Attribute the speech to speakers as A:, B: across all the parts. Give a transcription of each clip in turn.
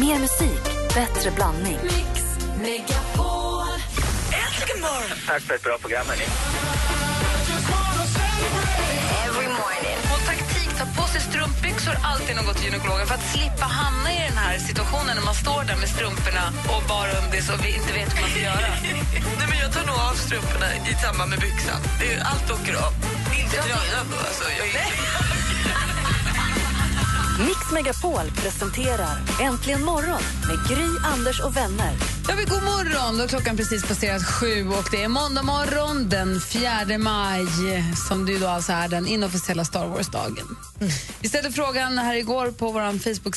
A: Mer musik, bättre blandning.
B: Mix Megapol. Äntligen morgon!
C: Tack för ett bra program, hörni.
D: Every morning. Och taktik, ta på sig strumpbyxor alltid när man går till gynekologen för att slippa hamna i den här situationen när man står där med strumporna och bara undis och vi inte vet hur man ska göra.
E: Nej, men jag tar nog av strumporna i samband med byxan. Det är, allt åker av. Inte tröjan då, alltså. Jag är...
A: Mix Megapol presenterar Äntligen morgon med Gry, Anders och vänner.
D: Ja, vi god morgon! Då har klockan precis passerat sju och det är måndag morgon den 4 maj som du då alltså är den inofficiella Star Wars-dagen. Vi ställde frågan här igår på vår Facebook,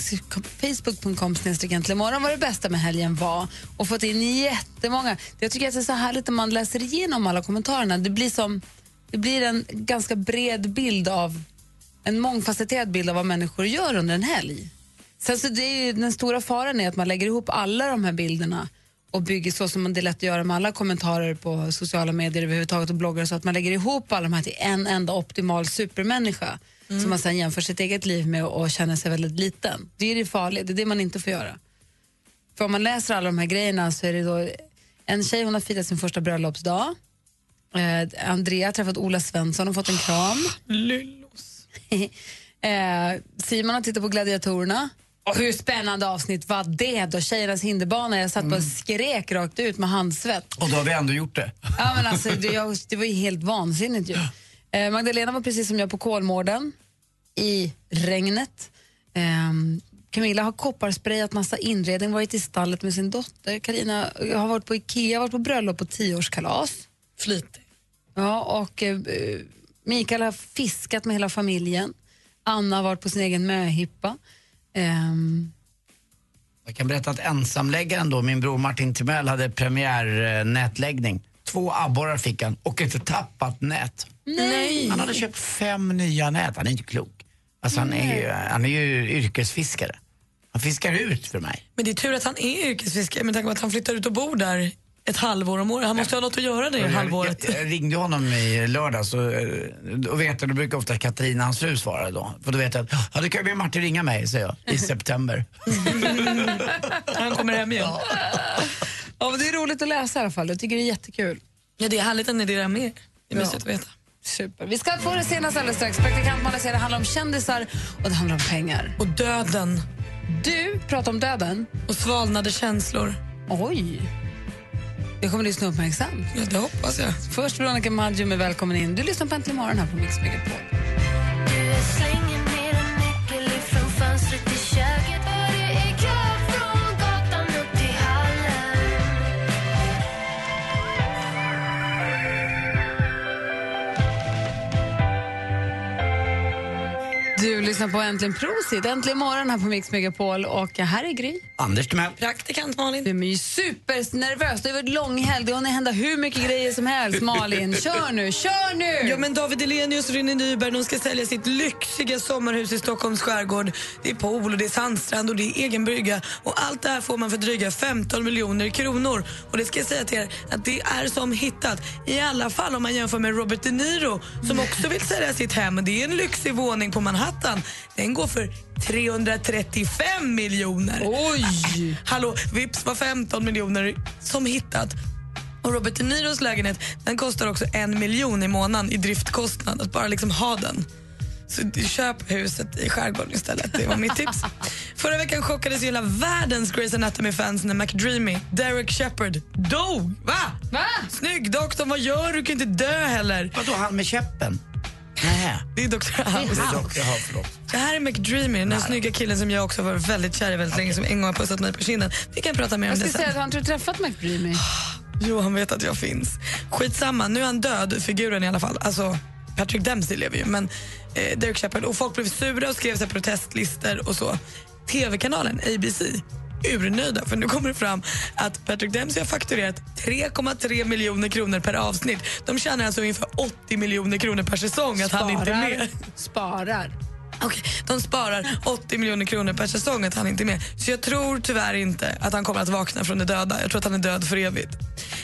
D: facebook.com snedstreck morgon vad det bästa med helgen var och fått in jättemånga. Jag tycker att det är så härligt när man läser igenom alla kommentarerna. Det blir, som, det blir en ganska bred bild av en mångfacetterad bild av vad människor gör under en helg. Sen så det är ju, den stora faran är att man lägger ihop alla de här bilderna och bygger så som man det är lätt att göra med alla kommentarer på sociala medier överhuvudtaget och bloggar så att man lägger ihop alla de här till en enda optimal supermänniska som man sen jämför sitt eget liv med och, och känner sig väldigt liten. Det är det farliga, det är det man inte får göra. För om man läser alla de här grejerna så är det då en tjej hon har firat sin första bröllopsdag. Eh, Andrea har träffat Ola Svensson och fått en kram. eh, Simon har tittat på Gladiatorerna. Och hur spännande avsnitt var det då? Tjejernas hinderbana. Jag satt bara och skrek rakt ut med handsvett.
F: Och då har vi ändå gjort det.
D: Ja, men alltså, det, jag, det var ju helt vansinnigt ju. Eh, Magdalena var precis som jag på Kolmården i regnet. Ehm, Camilla har kopparsprayat massa inredning, varit i stallet med sin dotter. Karina har varit på Ikea, varit på bröllop på tioårskalas.
E: Flitig.
D: Ja, och eh, eh, Mikael har fiskat med hela familjen. Anna har varit på sin egen möhippa. Ehm,
F: Jag kan berätta att ensamläggaren då, min bror Martin Timell, hade premiärnätläggning. Två abborrar fick han och ett tappat nät.
D: nej!
F: Han hade köpt fem nya nät. Han är inte klok. Alltså han är ju, han är ju yrkesfiskare. Han fiskar ut för mig.
E: Men det är tur att han är yrkesfiskare med tanke på att han flyttar ut och bor där ett halvår om året. Han måste ju ha något att göra det
F: Jag-
E: halvåret.
F: Jag, jag ringde honom i lördags och, eh, då vet jag, då brukar ofta Katarina, hans fru, svara då. För då vet jag att, ja, då kan ju Martin ringa mig, säger jag, i september.
E: Han kommer hem igen.
D: Ja, men det är roligt att läsa i alla fall. Jag tycker det är jättekul.
E: Ja, det är härligt att ni delar med er. Det är mysigt att veta.
D: Super. Vi ska få det senaste alldeles strax. Praktikant Malin säger det handlar om kändisar och det handlar om pengar.
E: Och döden
D: Du pratar om döden.
E: och svalnade känslor.
D: Oj! Det kommer lyssna uppmärksamt.
E: Ja, det hoppas jag.
D: Först Veronica Maggio med Välkommen in. Du lyssnar på Äntligen morgon här på Mix Megapol. Du lyssnar på Äntligen Prosit, Äntligen morgon här på Mix Megapol och här är Gry.
F: Anders Timell.
E: Praktikant Malin.
D: Du är ju supernervös, det har varit långhelg, det har hunnit hända hur mycket grejer som helst. Malin, kör nu, kör nu!
E: Ja, men David Elenius och Rynne Nyberg de ska sälja sitt lyxiga sommarhus i Stockholms skärgård. Det är pool, och det är sandstrand och det är egen brygga. Och allt det här får man för dryga 15 miljoner kronor. Och det ska jag säga till er att det är som hittat. I alla fall om man jämför med Robert De Niro som också vill sälja sitt hem. Det är en lyxig våning på Manhattan. Den går för 335 miljoner.
D: Oj!
E: Hallå, vips var 15 miljoner som hittat. Och Robert De Niros lägenhet den kostar också en miljon i månaden i driftkostnad, att bara liksom ha den. Så d- köp huset i skärgården istället, det var mitt tips. Förra veckan chockades ju hela världens Grey's Anatomy-fans när McDreamy, Derek Shepard, dog. Va?
D: Va?
E: Snygg doktorn, vad gör du? Du kan inte dö heller.
F: Vadå, han med käppen? Nej.
E: Det är doktor House.
F: Det är dock, jaha, förlåt.
E: Det här är McDreamy, den här snygga killen som jag också var väldigt kär i väldigt länge, som en gång har pussat mig på kinden. Vi kan prata mer om
D: Jag
E: det
D: skulle
E: sen.
D: säga att har inte du träffat McDreamy?
E: Jo, han vet att jag finns. Skitsamma, nu är han död, figuren i alla fall. Alltså, Patrick Dempsey lever ju, men eh, Derek Shepard. Och folk blev sura och skrev sig protestlistor och så. TV-kanalen ABC urnöjda, för nu kommer det fram att Patrick Dempsey har fakturerat 3,3 miljoner kronor per avsnitt. De tjänar alltså ungefär 80 miljoner kronor per säsong att han inte är med.
D: Sparar.
E: Okej, de sparar 80 miljoner kronor per säsong att han inte är med. Så jag tror tyvärr inte att han kommer att vakna från det döda. Jag tror att han är död för evigt.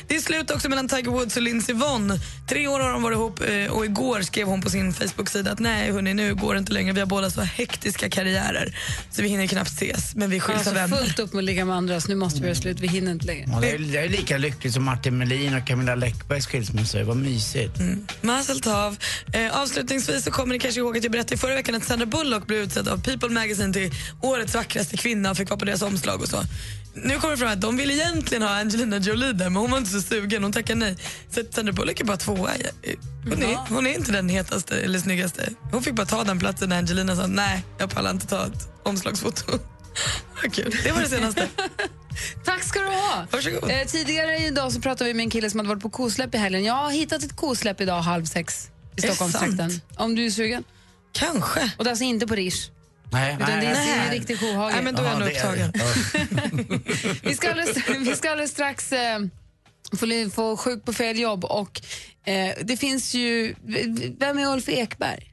E: Det är slut också mellan Tiger Woods och Lindsey Vonn. Tre år har de varit ihop eh, och igår skrev hon på sin Facebook-sida att nej hörni, nu går det inte längre. Vi har båda så hektiska karriärer så vi hinner knappt ses. Men vi
D: Jag har
E: skiljs av
D: alltså
E: vänner.
D: fullt upp med att ligga med andra så nu måste vi göra slut, vi hinner inte längre.
F: Ja, det, är, det är lika lyckligt som Martin Melin och Camilla Läckbergs skilsmässa. Det var mysigt.
E: Mm. Mazel tov. Eh, avslutningsvis så kommer ni kanske ihåg att jag berättade i förra veckan att Sandra Bullock blev utsedd av People Magazine till årets vackraste kvinna och fick vara på deras omslag och så. Nu kommer det fram att de ville egentligen ha Angelina Jolie där men hon var inte så sugen, hon tackade nej. Så att Sandra Bullock är bara tvåa. Eh, Hon är, hon är inte den hetaste eller snyggaste. Hon fick bara ta den platsen när Angelina sa nej, jag pallar inte ta ett omslagsfoto. Vad kul. Det var det senaste.
D: Tack ska du ha!
E: Varsågod.
D: Eh, tidigare idag så pratade vi med en kille som hade varit på kosläpp i helgen. Jag har hittat ett kosläpp idag halv sex i
E: Är det
D: Stockholmstrakten.
E: sant?
D: Om du är sugen.
E: Kanske.
D: Och det är alltså inte på Rish.
F: Nej,
D: Utan det är en
E: nej.
D: riktig kohage.
E: Nej, men då är jag
F: Jaha,
E: nog
F: det är-
E: upptagen.
F: ja.
D: Vi ska alldeles, vi ska alldeles strax eh, få, li- få sjuk på fel jobb och eh, det finns ju... Vem är Ulf Ekberg?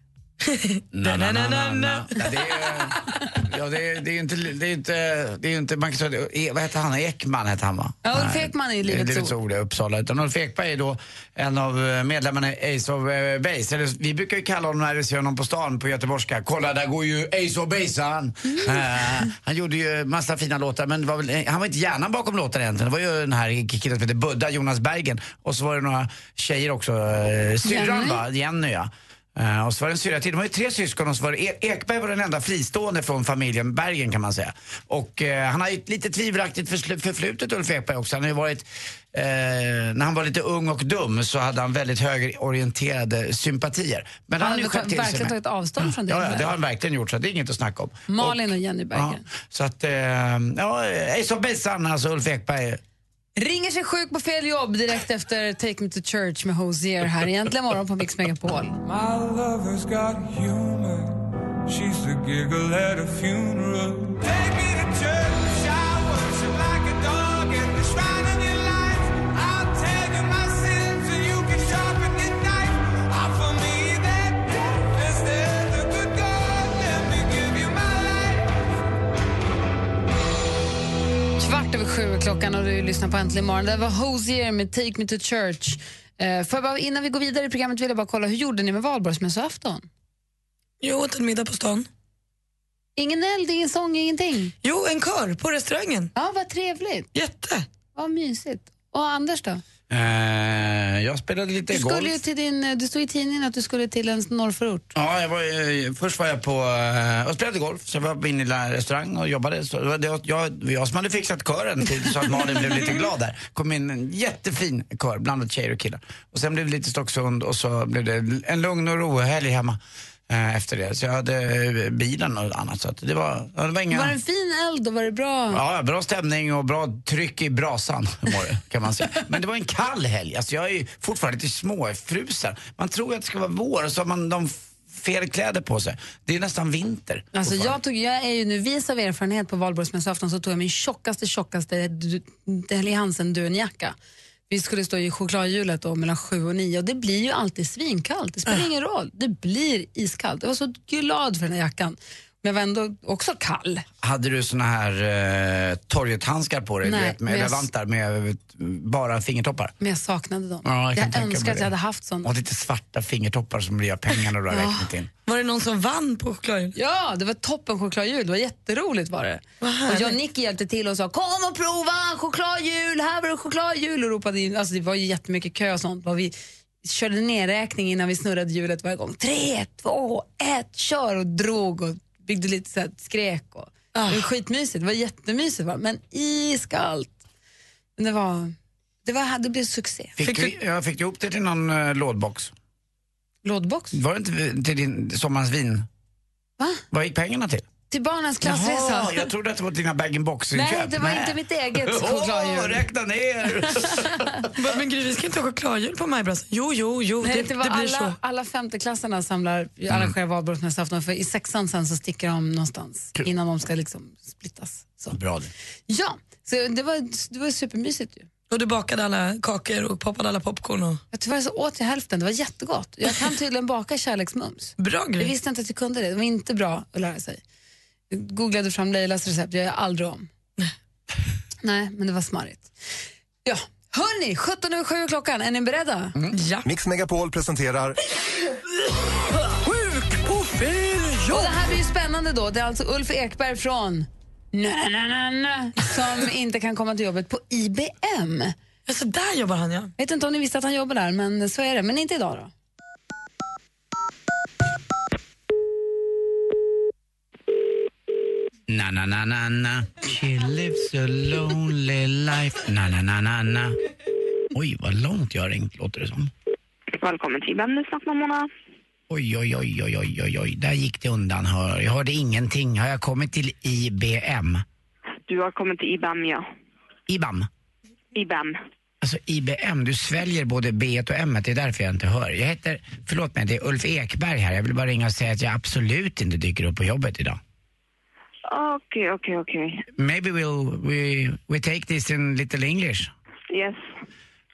F: Na, na, na, na, na. Ja, det är- Ja, det är det är ju inte... Det är ju inte, det är ju inte man kan säga, det- E- vad heter han? Ekman heter han, va?
D: Ja, Ulf
F: Nej,
D: Ekman är ju
F: det
D: Livets
F: Livets Ord i Uppsala. Utan Ulf Ekberg är då en av eh, medlemmarna i Ace of eh, Base. Eller, vi brukar ju kalla honom när vi ser honom på stan på göteborgska. Kolla, där går ju Ace of Base han.
D: Mm.
F: Eh, han gjorde ju massa fina låtar, men det var väl, eh, han var inte hjärnan bakom låtarna egentligen. Det var ju den här killen som hette Budda, Jonas Bergen. Och så var det några tjejer också. eh, Syrran,
D: Jenny.
F: va? Jenny, ja. Eh, och så var det en syrra till. De var ju tre syskon och så var det E- Ekberg var den enda fristående från familjen Bergen kan man säga. Och eh, han har ju ett lite tvivelaktigt försl- förflutet Ulf Ekberg också. Han har ju varit, eh, när han var lite ung och dum så hade han väldigt högerorienterade sympatier. Men
D: Han har
F: ju
D: ju
F: skärpt
D: ta-
F: till sig
D: verkligen
F: med-
D: tagit avstånd från det.
F: Ja, ja, det har han verkligen gjort så det är inget att snacka om.
D: Malin och Jenny Berggren.
F: Ja, så att, eh, ja, Ace of Base alltså Ulf Ekberg.
D: Ringer sig sjuk på fel jobb direkt efter Take Me To Church med Hozier här egentligen morgon på Mix Megapol.
C: My lover's got humor. She's the giggle at a funeral. Take me to church. I worship like a dog at the shrine of your life. I'll tell you my sins so you can sharpen the knife. Offer me that death instead of good God. Let me give you my life.
D: Kvart över sju är klockan och du lyssnar på Äntligen morgon. Det var Hozier med Take Me To Church. Eh, för bara, innan vi går vidare i programmet vill jag bara kolla, hur gjorde ni med valborgsmässoafton?
E: Jag åt en middag på stan.
D: Ingen eld, ingen sång, ingenting.
E: Jo, en kör på restaurangen.
D: Ja, vad trevligt.
E: Jätte.
D: Vad mysigt. Och Anders då?
F: Eh, jag spelade lite
D: Du,
F: golf.
D: skulle ju till din, eh, du stod i tidningen att du skulle till en norrförort.
F: Ja, jag var, eh, först var jag på eh, och spelade golf, sen var jag på min lilla restaurang och jobbade. Så det var det, jag, jag, jag som hade fixat kören till, så att Malin blev lite glad där. kom in en jättefin kör, blandat tjejer och killar. Och sen blev det lite Stocksund och så blev det en lugn och rohelg hemma eh, efter det. Så jag hade eh, bilen och annat. Så att det var, ja, det var inga...
D: Var det en fin eld och var det bra?
F: Ja, bra stämning och bra tryck i brasan var det, kan man säga. Men det var en kall helg. Alltså, jag är ju fortfarande lite småfrusen. Man tror att det ska vara vår och så har man de f- fel kläder på sig. Det är nästan vinter.
D: Alltså
F: fortfarande.
D: jag, tog, jag är ju nu vis av erfarenhet på valborgsmässoafton så tog jag min tjockaste, tjockaste du- Helly Hansen-dunjacka. Vi skulle stå i chokladhjulet då mellan sju och nio och det blir ju alltid svinkallt. Det
F: Ah.
D: spelar ingen roll, det blir iskallt. Jag var så glad för den här jackan. Men jag var ändå också kall.
F: Hade du såna här eh, torgethandskar på dig?
D: Nej,
F: du vet, med
D: men jag-
F: levantar med eh, bara fingertoppar?
D: Men jag saknade dem.
F: Ja, jag kan
D: jag
F: tänka mig
D: önskar att
F: det.
D: jag hade haft sådana.
F: Och lite svarta fingertoppar som blir av pengarna du har räknat in.
E: Var det någon som vann på chokladen?
D: Ja, det var toppen chokladhjul. Det var jätteroligt var det.
E: härligt.
D: Och jag och Nicky hjälpte till och sa kom och prova chokladhjul, här var det chokladhjul och ropade in. Alltså det var ju jättemycket kö och sånt. Och vi körde nerräkning innan vi snurrade hjulet varje gång. Tre, två, ett, kör och drog och byggde lite så här skrek. Och, Det var
F: Ah.
D: skitmysigt, det var jättemysigt. Va? Men iskallt. Men det var, det var, det blev succé.
F: Fick,
E: Fick
F: du, ja, fick du ihop det till någon eh, lådbox?
D: Lådbox.
F: Var det inte vi- till din sommarens vin?
D: Va?
F: Vad gick pengarna till?
D: Till barnens klassresa.
F: Jaha, jag trodde att det var dina bag-in-box-inköp.
D: Nej, det var inte mitt eget
F: Åh,
D: chokladhjul.
F: räkna ner!
E: Bara, Men Gry, vi ska inte ha chokladhjul på majbrasan. Jo, jo, jo,
D: Nej,
E: det,
D: det, var
E: det blir så. Mm.
D: alla, alla femteklassarna samlar, arrangerar valborgsmässoafton för i sexan sen så sticker de någonstans innan de ska liksom splittas. Så.
F: Bra det.
D: Ja, så det var, det var supermysigt ju.
E: Och du bakade alla kakor och poppade alla popcorn. Och...
D: Jag tyvärr så åt jag hälften, det var jättegott. Jag kan tydligen baka kärleksmums.
E: Bra
D: Jag
E: grej.
D: visste inte att jag kunde det, det var inte bra att lära sig. Jag googlade fram Leilas recept, jag gör aldrig om. Nej, men det var smarrigt. Ja, hörni, 17 över 7 är klockan, är ni beredda?
E: Ja.
G: Mix Megapol presenterar
E: Sjuk på fel
D: Och det här blir ju spännande då. Det är alltså Ulf Ekberg från na, na, na, na, som inte kan komma till jobbet på IBM.
E: Ja, så där jobbar han ja.
D: Jag vet inte om ni visste att han jobbar där, men så är det. Men inte idag då.
F: Na na na na na She lives a lonely life Na na na na na Oj, vad långt jag har ringt låter det som.
H: Välkommen till IBM nu snart mammorna.
F: Oj, oj, oj, oj, oj, oj, oj. Där gick det undan. Hör. Jag hörde ingenting. Har jag kommit till IBM?
H: Du har kommit till IBM ja.
F: IBAM?
H: IBM.
F: Alltså IBM, du sväljer både B och M, det är därför jag inte hör. Jag heter, förlåt mig, det är Ulf Ekberg här. Jag vill bara ringa och säga att jag absolut inte dyker upp på jobbet idag.
H: Okej, okej, okej.
F: Maybe we'll, we, we take this in little English.
H: Yes.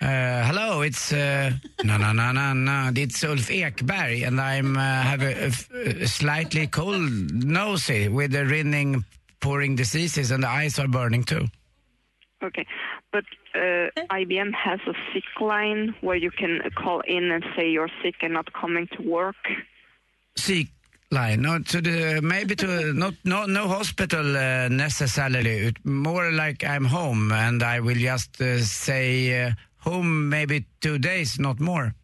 F: Uh, hello, it's uh, na na na na na. It's Ulf Ekberg, and I'm uh, have a, a f- a slightly cold nosy with the rinning, pouring diseases, and the eyes are burning too.
H: Okay. But uh,
I: Eh?
H: IBM has a sick line where you can call in and say you're sick and not coming to work.
F: Sick line, no, to the maybe to not no no hospital uh, necessarily. It, more like I'm home, and I will just uh, say uh, home maybe two days, not more.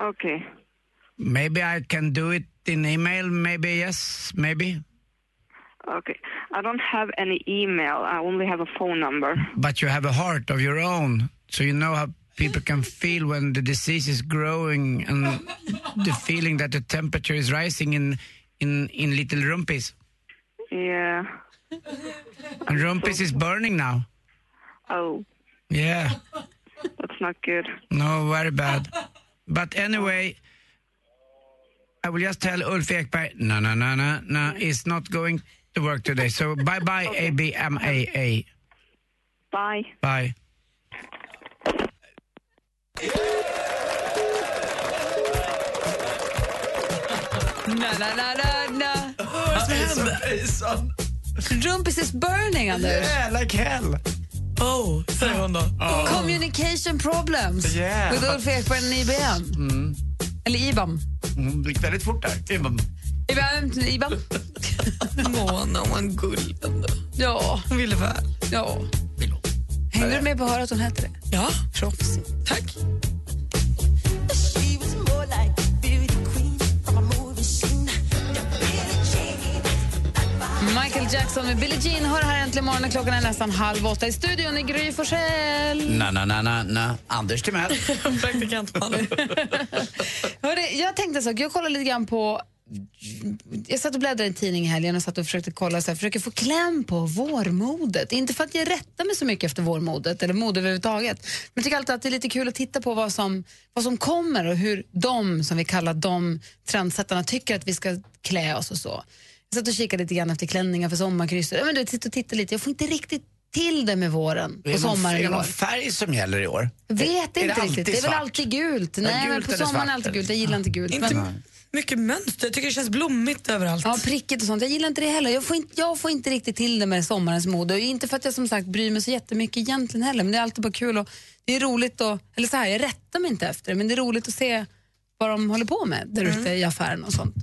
H: Okay.
F: Maybe I can do it in email. Maybe yes, maybe.
H: Okay. I don't have any email. I only have a phone number.
F: but you have a heart of your own, so you know how people can feel when the disease is growing and the feeling that the temperature is rising in in in little rumpis.
H: Yeah.
F: And rumpis is burning now.
H: Oh,
F: Yeah,
H: that's not good.
F: no, very bad. But anyway, I will just tell Ulf Ekberg, no, no, no, no, no, it's not going to work today. So bye, bye, ABMAA,
H: Bye.
F: bye.
D: Na, na, na, na, na.
F: Hejsan,
D: Rumpis is burning, Anders.
F: like hell.
E: Oh, säger hon då.
D: Communication problems
F: Yeah.
D: with Ulf Ekberg and IBM. Eller IBAM.
F: Mm, det gick väldigt fort där.
D: IBM. IBAM.
E: Mona, hon guld ändå.
D: Ja,
E: Hon ville väl.
D: ja. Hängde du med på att höra att hon hette det?
E: Ja,
D: Proffsigt.
E: tack.
D: Michael Jackson med Billie Jean hör här äntligen morgon när klockan är nästan halv åtta. I studion är Gry Forssell.
F: Na, na, na, na, na. Anders Timell.
E: Praktikant Malin.
D: Hörde, jag tänkte så, jag kollade lite grann på... Jag satt och bläddrade i en tidning i helgen och satt och försökte kolla så här, försöker få kläm på vårmodet. Inte för att jag rättar mig så mycket efter vårmodet eller mode överhuvudtaget. Men jag tycker alltid att det är lite kul att titta på vad som, vad som kommer och hur de, som vi kallar de trendsättarna, tycker att vi ska klä oss och så. Jag satt och kikade lite grann efter klänningar för sommarkrysset. Ja, Men du, titta och titta lite. Jag får inte riktigt till det med våren
F: Är
D: och
F: det någon-
D: sommaren
F: Är det
D: i
F: någon
D: år.
F: färg som gäller i år?
D: Vet
F: är det
D: inte
F: alltid
D: riktigt. Det är väl
F: svart?
D: alltid Mm, gult. Nej,
F: gult
D: men på
F: eller
D: sommaren är
F: svart
D: det alltid
F: eller-
D: gult. Jag gillar inte gult.
E: Inte
D: Men,
E: mycket mönster. Jag tycker det känns blommigt överallt.
D: ja, prickigt och sånt. Jag gillar inte det heller. Jag får inte, jag får inte riktigt till det med sommarens mode. Och inte för att jag som sagt bryr mig så jättemycket egentligen heller, men det är alltid bara kul och det är roligt och, eller så här, jag rättar mig inte efter det, men det är roligt att se vad de håller på med där ute i affären och sånt,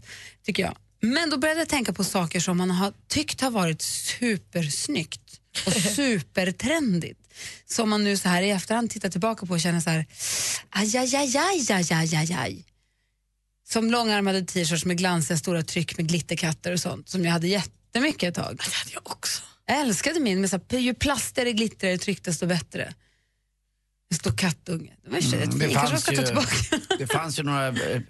D: tycker jag. Men då började jag tänka på saker som man har tyckt har varit supersnyggt och supertrendigt. Som man nu så här i efterhand tittar tillbaka på och känner så här, aj, aj, aj, aj, aj, aj, aj, aj. Som långärmade t-shirts med glansiga stora tryck med glitterkatter och sånt som jag hade jättemycket ett tag.
E: Det hade jag också.
D: Jag älskade min, med så här, ju plastigare glittrigare tryck desto bättre. Det står kattunge. Det var mm,
F: det
D: det kanske jag
F: fanns
D: ska
F: ju-
D: ta tillbaka.
F: Det fanns ju några eh,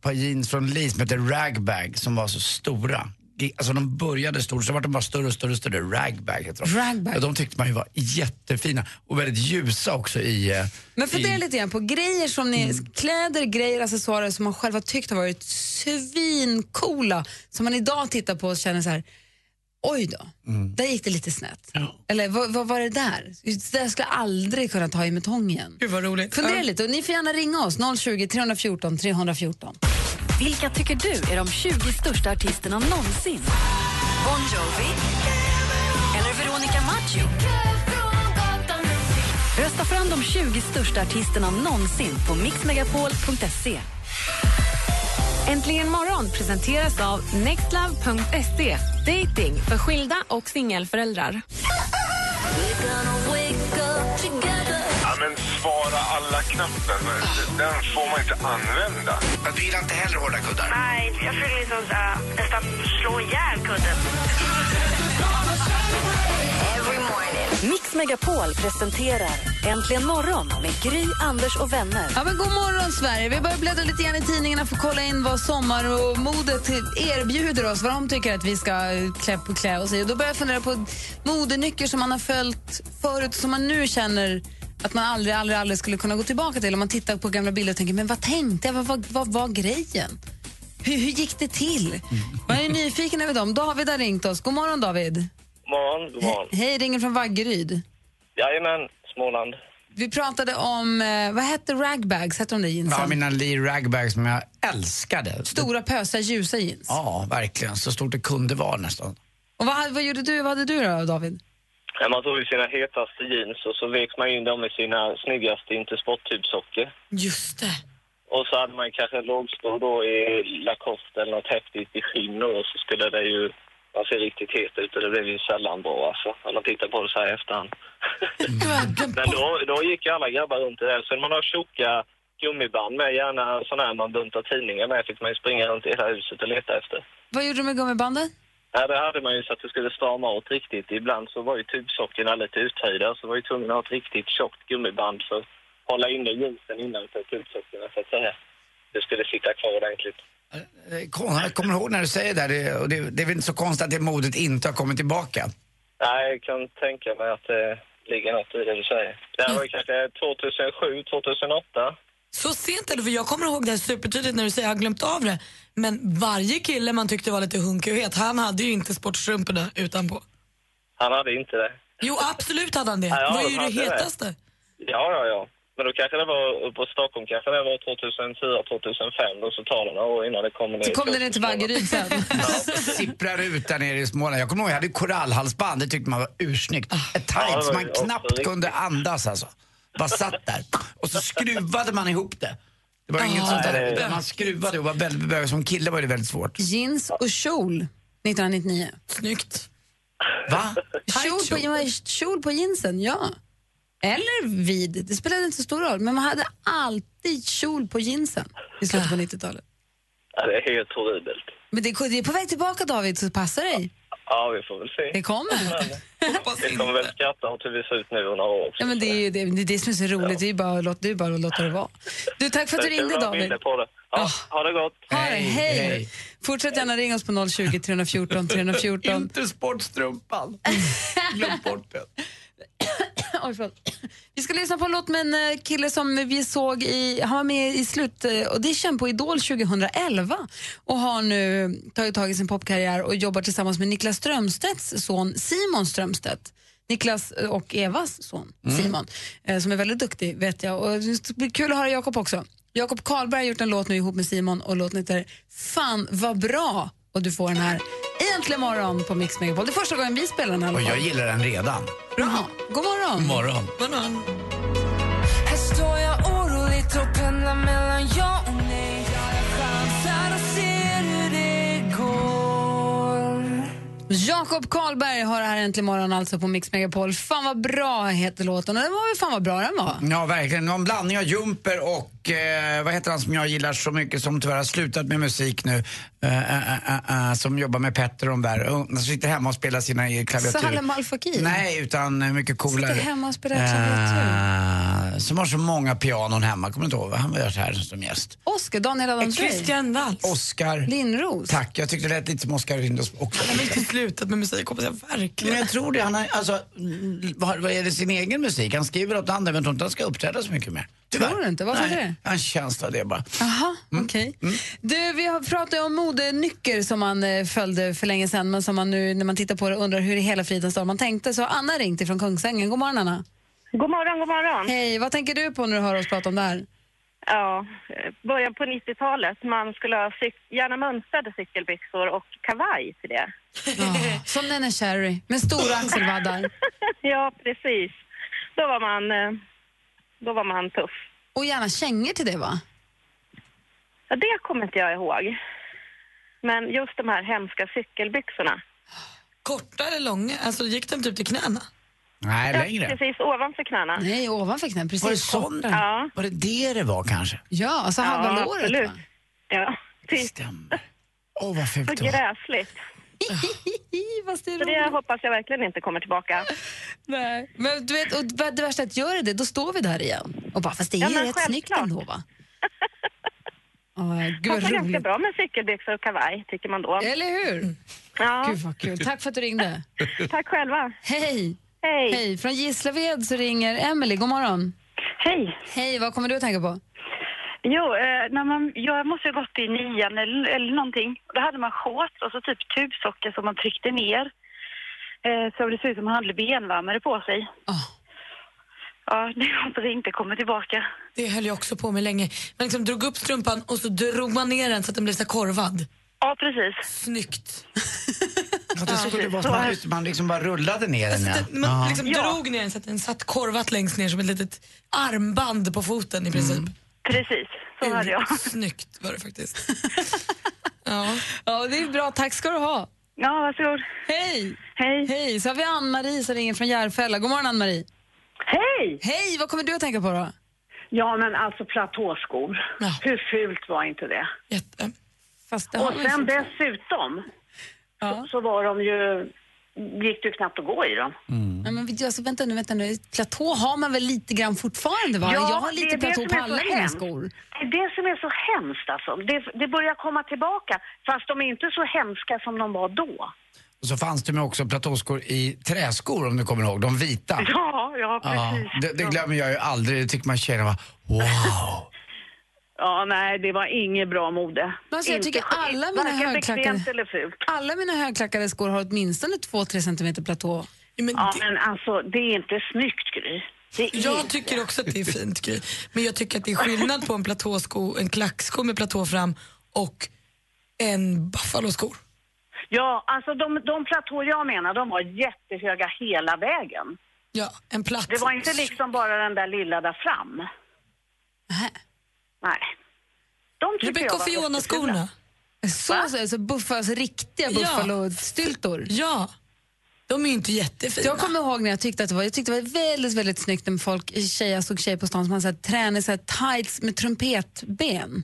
F: par jeans från Lee som hette Ragbag som var så stora. I- Alltså de började stora, så var de bara större och större och större. Ragbag heter de.
D: Ragbag.
F: Och de tyckte man ju var jättefina och väldigt ljusa också i... eh,
D: Men
F: i- Mm.
D: fundera lite grann på grejer som ni, kläder, grejer, accessoarer som man själv har tyckt har varit svincoola som man idag tittar på och känner så här, Oj då,
F: Mm.
D: där gick det lite snett. Eller vad, vad var det där? Det där skulle jag aldrig kunna ta i med tången.
E: Gud vad roligt.
D: Fundera
E: Ja.
D: lite och ni får gärna ringa oss, 020-314 314.
A: Vilka tycker du är de 20 största artisterna någonsin? Bon Jovi? Eller Veronica Maggio? Rösta fram de 20 största artisterna någonsin på mixmegapol.se.
G: Äntligen morgon presenteras av nextlove.se. Dating för skilda och singelföräldrar.
J: Ja, men svara alla-knappen, den får man inte använda.
F: Du gillar inte heller hårda kuddar?
K: Nej, jag försöker liksom så här, nästan slå ihjäl kudden.
A: Mix Megapol presenterar Äntligen morgon med Gry, Anders och vänner.
D: Ja, men god morgon, Sverige. Vi börjar bläddra lite grann i tidningarna för att kolla in vad sommarmodet erbjuder oss. Vad de tycker att vi ska eh, klä, på, klä oss i. Och då börjar jag fundera på modenycker som man har följt förut som man nu känner att man aldrig, aldrig, aldrig skulle kunna gå tillbaka till. Om man tittar på gamla bilder och tänker, men vad tänkte jag? Vad, vad, vad var grejen? Hur, hur gick det till? Man är ju nyfiken över dem. David har ringt oss. God morgon, David.
L: morgon, god morgon.
D: Hej, ringer från Vaggeryd.
L: Jajamän, Småland.
D: Vi pratade om, eh, vad hette ragbags? Hette de där jeansen?
F: Ja, mina Lee Ragbags som jag älskade.
D: Stora pösiga ljusa jeans.
F: Ja, verkligen. Så stort det kunde vara nästan.
D: Och vad, vad gjorde du? Vad hade du då, David?
L: Ja, Man tog ju sina hetaste jeans och så vek man in dem i sina snyggaste Intersport-tubsockor.
E: Just det.
L: Och så hade man kanske en lågskor då i Lacoste eller något häftigt i skinn och så skulle det ju... Man ser riktigt het ut och det blev ju sällan bra alltså, när man tittar på det så här i efterhand. Men då, då gick ju alla grabbar runt i det. Sen man har tjocka gummiband med, gärna sådana här man buntar tidningar med, fick man ju springa runt i hela huset och leta efter.
D: Vad gjorde du med gummibandet?
L: Ja, det hade man ju så att det skulle strama åt riktigt. Ibland så var ju tubsockorna lite uthöjda så var ju tvungen att ha ett riktigt tjockt gummiband för att hålla inne jeansen innanför tubsockorna så att säga. Det skulle sitta kvar ordentligt.
F: Eh, kom- Jag kommer ihåg när du säger det, där, det, och det, det är väl inte så konstigt att det modet inte har kommit tillbaka.
L: Nej, jag kan tänka mig att det ligger något i det du säger. Det här var ju kanske 2007, 2008.
E: Så sent eller för jag kommer ihåg det här supertydligt när du säger jag har glömt av det. Men varje kille man tyckte var lite hunkig och het, han hade ju inte sportstrumporna utanpå.
L: Han hade inte det.
E: Jo absolut hade han det.
L: Ja,
E: det var ju
L: han
E: det
L: hade det.
E: hetaste.
L: Ja, ja, ja. Men då kanske det var uppe i Stockholm, kanske det var 2004, 2005 och så tar det några år innan det kommer ner.
D: Så kom den ner till Vaggeryd sen.
F: Sipprar ut där nere i Småland. Jag kommer ihåg, jag hade korallhalsband. Det tyckte man var ursnyggt. Ett
L: Ah.
F: tight
L: Ja, det var
F: som
L: ju
F: man
L: också
F: knappt
L: riktigt.
F: kunde andas alltså. Bara satt där. Och så skruvade man ihop det. Det var inget sånt där.
L: Ah. nej.
F: utan Man skruvade och var väldigt bög. Som kille var det väldigt svårt.
D: Jeans och kjol 1999.
E: Snyggt.
F: Va?
D: Kjol på, ja, kjol på jeansen, ja. Eller vid, det spelade inte så stor roll. Men man hade alltid kjol på jeansen i slutet
E: Ah.
D: på 90-talet.
L: Ja, det är helt horribelt.
D: Men det, det är på väg tillbaka, David, så passa dig.
L: Ja, vi får väl se.
D: Det kommer.
E: Hoppas
L: Vi kommer
E: inte.
L: väl skratta åt hur vi ser ut nu och några år också.
D: Ja, men det är ju det, det, är det som är så roligt. Det är ju bara att låta, det är bara att låta det vara. Du, tack för att du
L: Det är kul
D: ringde,
L: att ha
D: David. Ah.
L: bilder På det. Ja, Ha det gott!
D: Ha det,
F: Hej,
D: hej.
F: hej.
D: Fortsätt gärna ringa oss på 020 314 314.
F: Inte sportstrumpan. Glöm bort det.
D: Oj, förlåt. Vi ska lyssna på en låt med en eh, kille som vi såg i, han var med i slutaudition på Idol 2011 och har nu tagit tag i sin popkarriär och jobbar tillsammans med Niklas Strömstedts son Simon Strömstedt. Niklas eh, och Evas son Simon, eh, som är väldigt duktig vet jag. Och det blir kul att höra Jakob också. Jakob Karlberg har gjort en låt nu ihop med Simon och låten heter Fan vad bra och du får den här Äntligen morgon på Mix Megapol. Det är första gången vi spelar den här
F: Och jag
D: låten.
F: gillar den redan.
D: Bra. God morgon!
F: Morgon.
B: Här står jag oroligt och pendlar mellan ja och nej. Jag chansar och ser hur det går.
D: Jakob Karlberg har det här äntligen morgon alltså på Mix Megapol. Fan vad bra heter låten och den var väl fan vad bra den var.
F: Ja, verkligen. Någon blandning av Jumper och eh, vad heter han som jag gillar så mycket som tyvärr har slutat med musik nu. Eh, eh, eh, eh, som jobbar med Petter och de där. Och de sitter hemma och spelar sina e- klaviatur.
D: Salem Al Fakir.
F: Nej, utan eh, mycket coolare.
D: Sitter hemma och spelar klaviatur.
F: Eh, eh, som har så många pianon hemma. Kommer du inte ihåg? va? Han var ju här som gäst.
D: Oskar, Daniel Adams-Ray.
E: Christian Waltz.
F: Oskar.
D: Lindros.
F: Tack, jag tyckte det lät lite som Oskar Lindros också.
E: Han har inte slutat med musik, hoppas jag verkligen.
F: Men jag tror det. Han har, alltså, mm, vad, vad är det sin egen musik? Han skriver åt andra men jag tror inte han ska uppträda så mycket mer.
D: Tror du inte? Varför
F: Nej,
D: det?
F: jag har en känsla av det bara.
D: Aha, okej. Du, vi har pratat om modenycker som man eh, följde för länge sedan men som man nu när man tittar på det undrar hur i hela fridens dag man tänkte. Så Anna har ringt ifrån Kungsängen. God morgon Anna.
I: God morgon, god morgon.
D: Hej, vad tänker du på när du hör oss prata om det här?
I: Ja, eh, början på 90-talet. Man skulle ha cyk- gärna mönstrade cykelbyxor och kavaj till det.
D: Ah, som Nene Cherry med stora axelvaddar.
I: ja, precis. Då var man, eh, då var man tuff.
D: Och gärna kängor till det va?
I: Ja, det kommer inte jag ihåg. Men just de här hemska cykelbyxorna.
E: Korta eller långa? Alltså gick den typ till knäna?
F: Nej,
I: Ja,
F: längre.
I: precis ovanför knäna.
D: Nej, ovanför knäna. Precis.
F: Var det sån?
I: Ja.
F: Var det det det var kanske?
D: Ja, alltså halva
I: Ja,
D: låret
I: absolut.
D: va?
I: Ja, typ.
F: Åh, vad fult
I: Så
F: det var.
I: gräsligt.
D: Fast det är
I: Så det hoppas jag verkligen inte kommer tillbaka.
D: Nej. Men du vet, och det värsta är att gör det det, då står vi där igen. Och bara, fast det är
I: Ja,
D: ju
I: men
D: rätt
I: självklart.
D: snyggt ändå va? Oh, gud vad
I: Passar ganska
D: roligt.
I: bra med cykelbyxor och kavaj, tycker man då.
D: Eller hur?
I: Ja.
D: Gud vad kul. Tack för att du ringde.
I: Tack själva.
D: Hej!
I: Hej.
D: Hej! Från Gislaved så ringer Emily. God morgon.
M: Hej!
D: Hej, vad kommer du att tänka på?
M: Jo, eh, när man, jag måste ha gått i nian eller, eller någonting. Då hade man shorts och så typ tubsockor som man tryckte ner. Eh, så det såg ut som man hade benvärmare på sig. Ja, det hoppas jag inte kommer tillbaka.
E: Det höll jag också på med länge. Man liksom drog upp strumpan och så drog man ner den så att den blev så här korvad.
M: Ja, precis.
E: Snyggt.
F: Att det skulle vara som att man liksom bara rullade ner den. Ja.
E: Man
F: Ja.
E: liksom drog ner den så att den satt korvat längst ner som ett litet armband på foten i princip.
F: Mm.
M: Precis, så hade jag.
E: Snyggt var det faktiskt.
D: Ja. ja, det är bra. Tack ska du ha.
M: Ja, varsågod.
D: Hej!
M: Hej!
D: Hej! Så har vi Ann-Marie som ringer från Järfälla. God morgon Ann-Marie.
N: Hej!
D: Hej! Vad kommer du att tänka på då?
N: Ja, men alltså platåskor. Hur fult var inte det?
D: Fast det har
N: och
D: man ju
N: sen
D: fort-
N: dessutom så, så var de ju... gick det ju knappt att gå i dem.
D: Nej, men vi- alltså, vänta nu, vänta nu. Platå har man väl lite grann fortfarande va? jag har
N: det
D: lite
N: är det
D: platå
N: som
D: på
N: är så
D: alla mina
N: hemskt.
D: skor.
N: Det är det som är så hemskt alltså. Det, det börjar komma tillbaka, fast de är inte så hemska som de var då.
F: Och så fanns det ju också platåskor i träskor om du kommer ihåg, de vita.
N: Ja, ja precis.
F: Ja, det, det glömmer jag ju aldrig. Det tycker man tjejerna var wow.
N: Ja, nej, det var inget bra mode.
D: Alltså, jag
N: Inte
D: tycker
N: skö-
D: alla mina
N: Varken bekvämt eller
D: högklackade,
N: fult.
D: alla mina högklackade skor har åtminstone 2-3 centimeter platå.
N: Ja, men alltså, det är inte snyggt, Gry. Det är
E: Jag
N: inte.
E: tycker också att det är fint Gry. Men jag tycker att det är skillnad på en platåsko, en klacksko med platå fram och en buffaloskor.
N: Ja, alltså de, de platåer jag menar, de var jättehöga hela vägen.
E: Ja, en platt.
N: Det var inte liksom bara den där lilla där fram. Nej. Nej. De tycker
E: Rebecca
N: jag
E: och
N: var
E: Fiona-skorna.
N: jättefula.
D: Så, så, så buffas, riktiga
E: Ja.
D: buffalostyltor?
E: Ja. De är ju inte jättefina.
D: Jag kommer ihåg när jag tyckte att det var, jag tyckte det var väldigt, väldigt snyggt när folk, tjejer, jag såg tjejer på stan som hade så här träning, så här tights med trumpetben.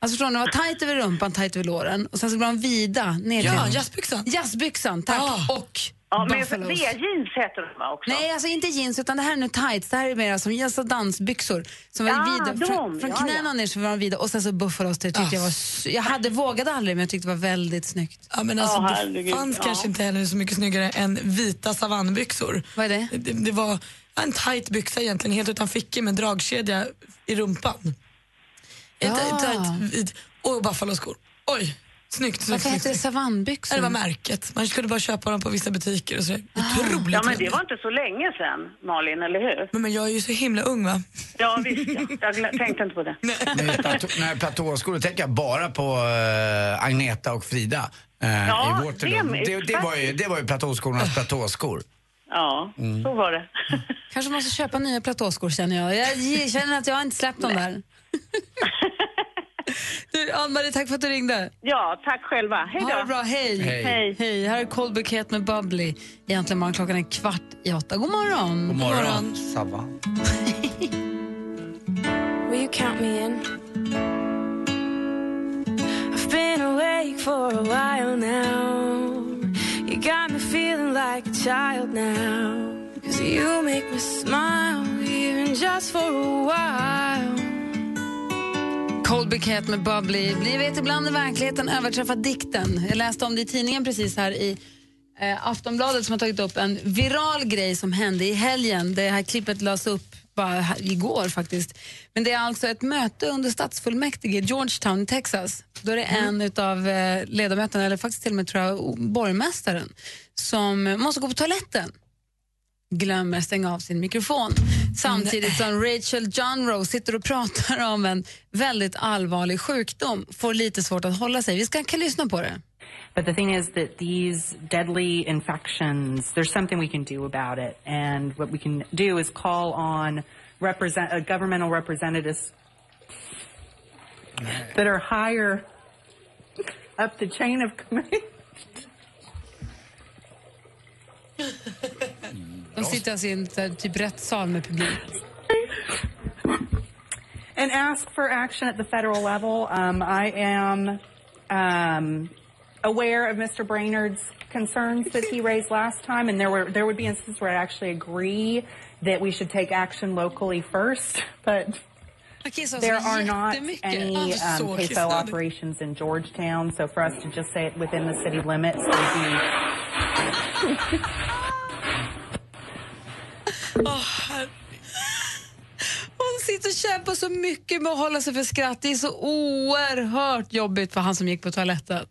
D: Alltså förstår ni, det var tajt över rumpan, tajt över låren och sen så blev de vida ner
E: Ja,
D: till-
E: jazzbyxan.
D: Jazzbyxan, tack. Och
N: Ja, men
D: buffalos.
N: V-jeans heter de va också?
D: Nej, alltså inte jeans, utan det här är nu tights. Det här är mer som jazz och dansbyxor. Som
N: Ja,
D: var vida. Från,
N: de,
D: från
N: ja,
D: knäna
N: ja.
D: ner så var de vida och sen så buffalos. Det tyckte jag var... s- Jag hade vågade aldrig, men jag tyckte det var väldigt snyggt.
E: Ja, men alltså,
D: Ja,
E: det
D: herregud,
E: fanns
D: ja.
E: kanske inte heller så mycket snyggare än vita savannbyxor.
D: Vad är det?
E: det? Det var en tight byxa egentligen, helt utan fickor med dragkedja i rumpan. Ja.
D: Ja.
E: Tight, vit, och buffaloskor. Oj, snyggt. snyggt
D: Varför heter det
E: snyggt.
D: savannbyxor?
E: Nej, Det var märket. Man kunde bara köpa dem på vissa butiker och sådär.
D: Ah.
E: Otroligt
N: Ja, men det
E: trevligt.
N: var inte så länge sedan, Malin, eller hur?
E: men, men jag är ju så himla ung va?
N: Ja, visst ja. Jag glö- tänkte inte på det.
F: Men i platå- När platåskor, då tänker jag bara på eh, Agneta och Frida eh,
N: Ja,
F: i Waterloo.
N: det är-
F: Det, det, var ju, det var ju platåskornas platåskor.
N: Ja,
D: Mm.
N: så var det.
D: Kanske måste köpa nya platåskor känner jag. Jag ge- känner att jag har inte släppt dem där. du, Ann-Marie, tack för att du ringde.
N: Ja, tack själva. Hej då.
D: Ha det bra, hej.
N: Hej.
D: Hej.
N: Hej.
D: Här är Cold Bouquet med Bubbly. Egentligen morgon klockan är kvart i åtta. God morgon.
F: God morgon. Sabba.
O: Will you count me in? I've been awake for a while now. You got me feeling like a child now. 'Cause Cause you make me smile even just for a while
D: Cold Bouquet med Bubbly. Ni vet, ibland när verkligheten överträffar dikten. Jag läste om det i tidningen precis här i eh, Aftonbladet som har tagit upp en viral grej som hände i helgen. Det här klippet lades upp bara här, igår faktiskt. Men det är alltså ett möte under stadsfullmäktige i Georgetown i Texas. Då är det en utav eh, ledamöterna, eller faktiskt till och med tror jag o- borgmästaren, som eh, måste gå på toaletten glömmer stänga av sin mikrofon samtidigt som Rachel Johnrow sitter och pratar om en väldigt allvarlig sjukdom. Får lite svårt att hålla sig. Vi ska kan lyssna på det.
P: But the thing is that these deadly infections, there's something we can do about it. And what we can do is call on represent, uh, governmental representatives that are higher up the chain of command.
D: De sitter alltså i en så här typ rättssal med publik.
P: and ask for action at the federal level. Um, I am um, aware of Mr. Brainerd's concerns that he raised last time, and there were there would be instances where I actually agree that we should take action locally first, but.
D: så
P: There are not
D: jättemycket.
P: any um,
D: Ja,
P: peso
D: så kissnödig.
P: operations in Georgetown, so for us to just say it within the city limits would be.
D: Hon sitter och kämpar så mycket med att hålla sig för skratt. Det är så oerhört jobbigt för han som gick på toaletten.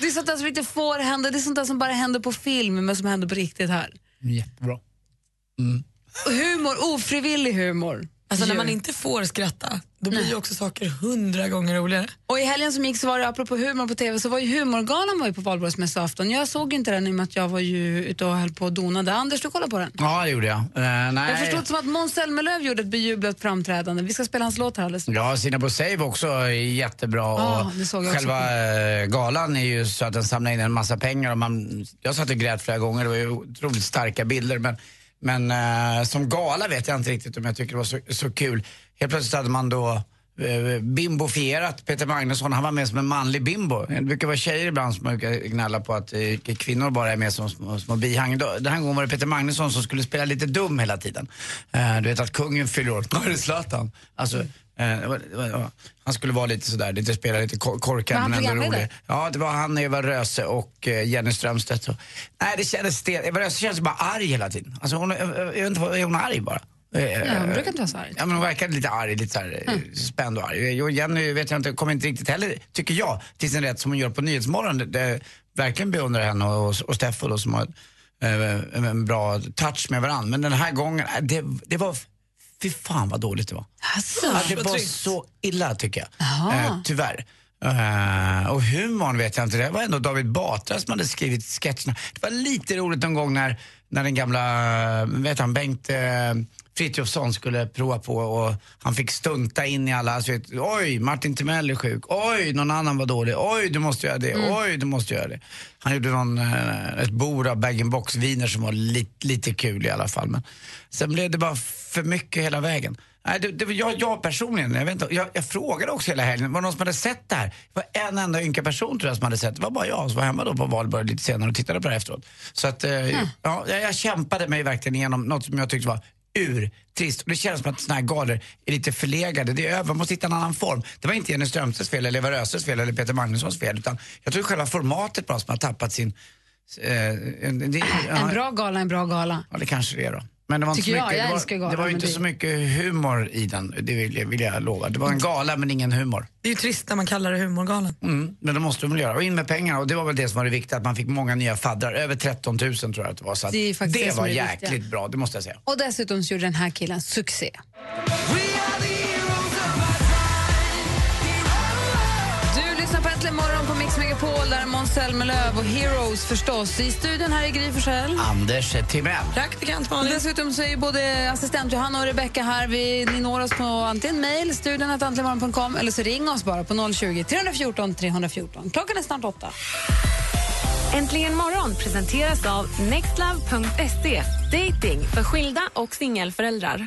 D: Det är sånt där som inte får hända. Det är sånt där som bara händer på film, men som händer på riktigt här.
F: Jättebra.
D: Och Humor, ofrivillig humor.
E: Alltså när
D: Ju.
E: man inte får skratta, då blir ju också saker hundra gånger roligare.
D: Och i helgen som gick så var det, apropå humor på TV, så var ju humorgalan var ju på valborgsmässoafton. Jag såg ju inte den i och med att jag var ju ute och höll på och donade. Anders, du kollade på den?
F: Ja, det gjorde jag. Eh, nej.
D: Jag förstod som att Måns Zelmerlöw gjorde ett bejublat framträdande. Vi ska spela hans låt här alldeles strax.
F: Ja, Sina Bosej var också jättebra.
D: Ja,
F: och
D: det såg jag också
F: själva
D: på.
F: eh, galan är ju så att den samlar in en massa pengar. Och man, jag satt och grät flera gånger, det var ju otroligt starka bilder. Men, men eh, som gala vet jag inte riktigt om jag tycker det var så, så kul. Helt plötsligt hade man då eh, bimbofierat Peter Magnusson. Han var med som en manlig bimbo. Det brukar vara tjejer ibland som brukar gnälla på att eh, kvinnor bara är med som små, små bihang. Då- Den här gången var det Peter Magnusson som skulle spela lite dum hela tiden. Eh, Du vet att kungen fyller år. Var är Zlatan? Alltså, eh, det var- det var- ja. han skulle vara lite sådär, lite spela lite ko-
D: Var
F: korkad
D: han
F: men ändå
D: programledare?
F: rolig. Ja, det var han, Eva Röse och eh, Jenny Strömstedt. Så. Nej, det kändes stelt. Eva Röse kändes bara arg hela tiden. Alltså hon, jag, jag vet inte, vad- är hon arg bara? Eh,
D: Ja, hon brukar Mm. inte vara så arg.
F: Ja, men hon verkade lite arg, lite så här, eh, spänd och arg. Eh, Och Jenny vet jag inte, kommer inte riktigt heller, tycker jag, till sin rätt som hon gör på Nyhetsmorgon. Det, det, verkligen beundrar henne och, och Steffo då, som har eh, en bra touch med varandra. Men den här gången, eh, det, det var, fy fan vad dåligt det var.
D: Alltså,
F: Ja, det
D: vad
F: var
D: trist.
F: så illa tycker jag.
D: Jaha.
F: Eh, tyvärr. Eh, och humorn vet jag inte, det var ändå David Batra som hade skrivit sketcherna. Det var lite roligt någon gång när, när den gamla, eh, vet han, Bengt eh, Frithiofsson skulle prova på och han fick stunta in i alla, alltså, vet, oj Martin Timell är sjuk, oj någon annan var dålig, oj du måste göra det,
D: Mm.
F: oj du måste göra det. Han gjorde någon, eh, ett bord av bag-in-box viner som var lite, lite kul i alla fall. Men sen blev det bara för mycket hela vägen. Nej, det, det, var jag, jag personligen, jag, vet inte, jag, jag frågade också hela helgen, var det någon som hade sett det här? Det var en enda ynka person tror jag som hade sett det. Det var bara jag som var hemma då på valborg lite senare och tittade på det här efteråt. Så att, eh, ja, jag, jag kämpade mig verkligen igenom något som jag tyckte var urtrist. Och det känns som att såna här galor är lite förlegade. Det är över, man måste hitta en annan form. Det var inte Jenny Strömstedts fel, eller Eva Röses fel, eller Peter Magnussons fel. Utan jag tror själva formatet bara som har tappat sin... Eh, en, det-
D: En bra gala, en bra gala.
F: Ja, det kanske det är då. Men det var inte
D: Tycker jag,
F: så mycket,
D: jag
F: det var,
D: älskar galor,
F: det var ju
D: men
F: inte
D: det-
F: så mycket humor i den, det vill jag, vill jag lova. Det var en gala men ingen humor.
E: Det är ju trist när man kallar det humorgalan.
F: Mm, men det måste de väl göra. Och in med pengarna. Och det var väl det som var det viktiga, att man fick många nya faddrar. Över 13 000 tror jag att det var. Så att
D: Det är
F: det,
D: faktiskt det som
F: var
D: är det
F: jäkligt
D: viktiga.
F: bra, det måste jag säga.
D: Och dessutom så gjorde den här killen succé. Du lyssnar på Äntligen morgon på Mix Megapol, där är Måns Zelmerlöw och Heroes förstås. I studion här är Gry Forssell.
F: Anders Timell.
E: Praktikant
D: Och
E: Malin.
D: Dessutom så är ju både assistent Johanna och Rebecka här. Vi, ni når oss på antingen mejl, studion.antligenmorgon.com eller så ring oss bara på 020-314 314. Klockan är snart åtta.
G: Äntligen morgon presenteras av nextlove.se. Dating för skilda och singelföräldrar.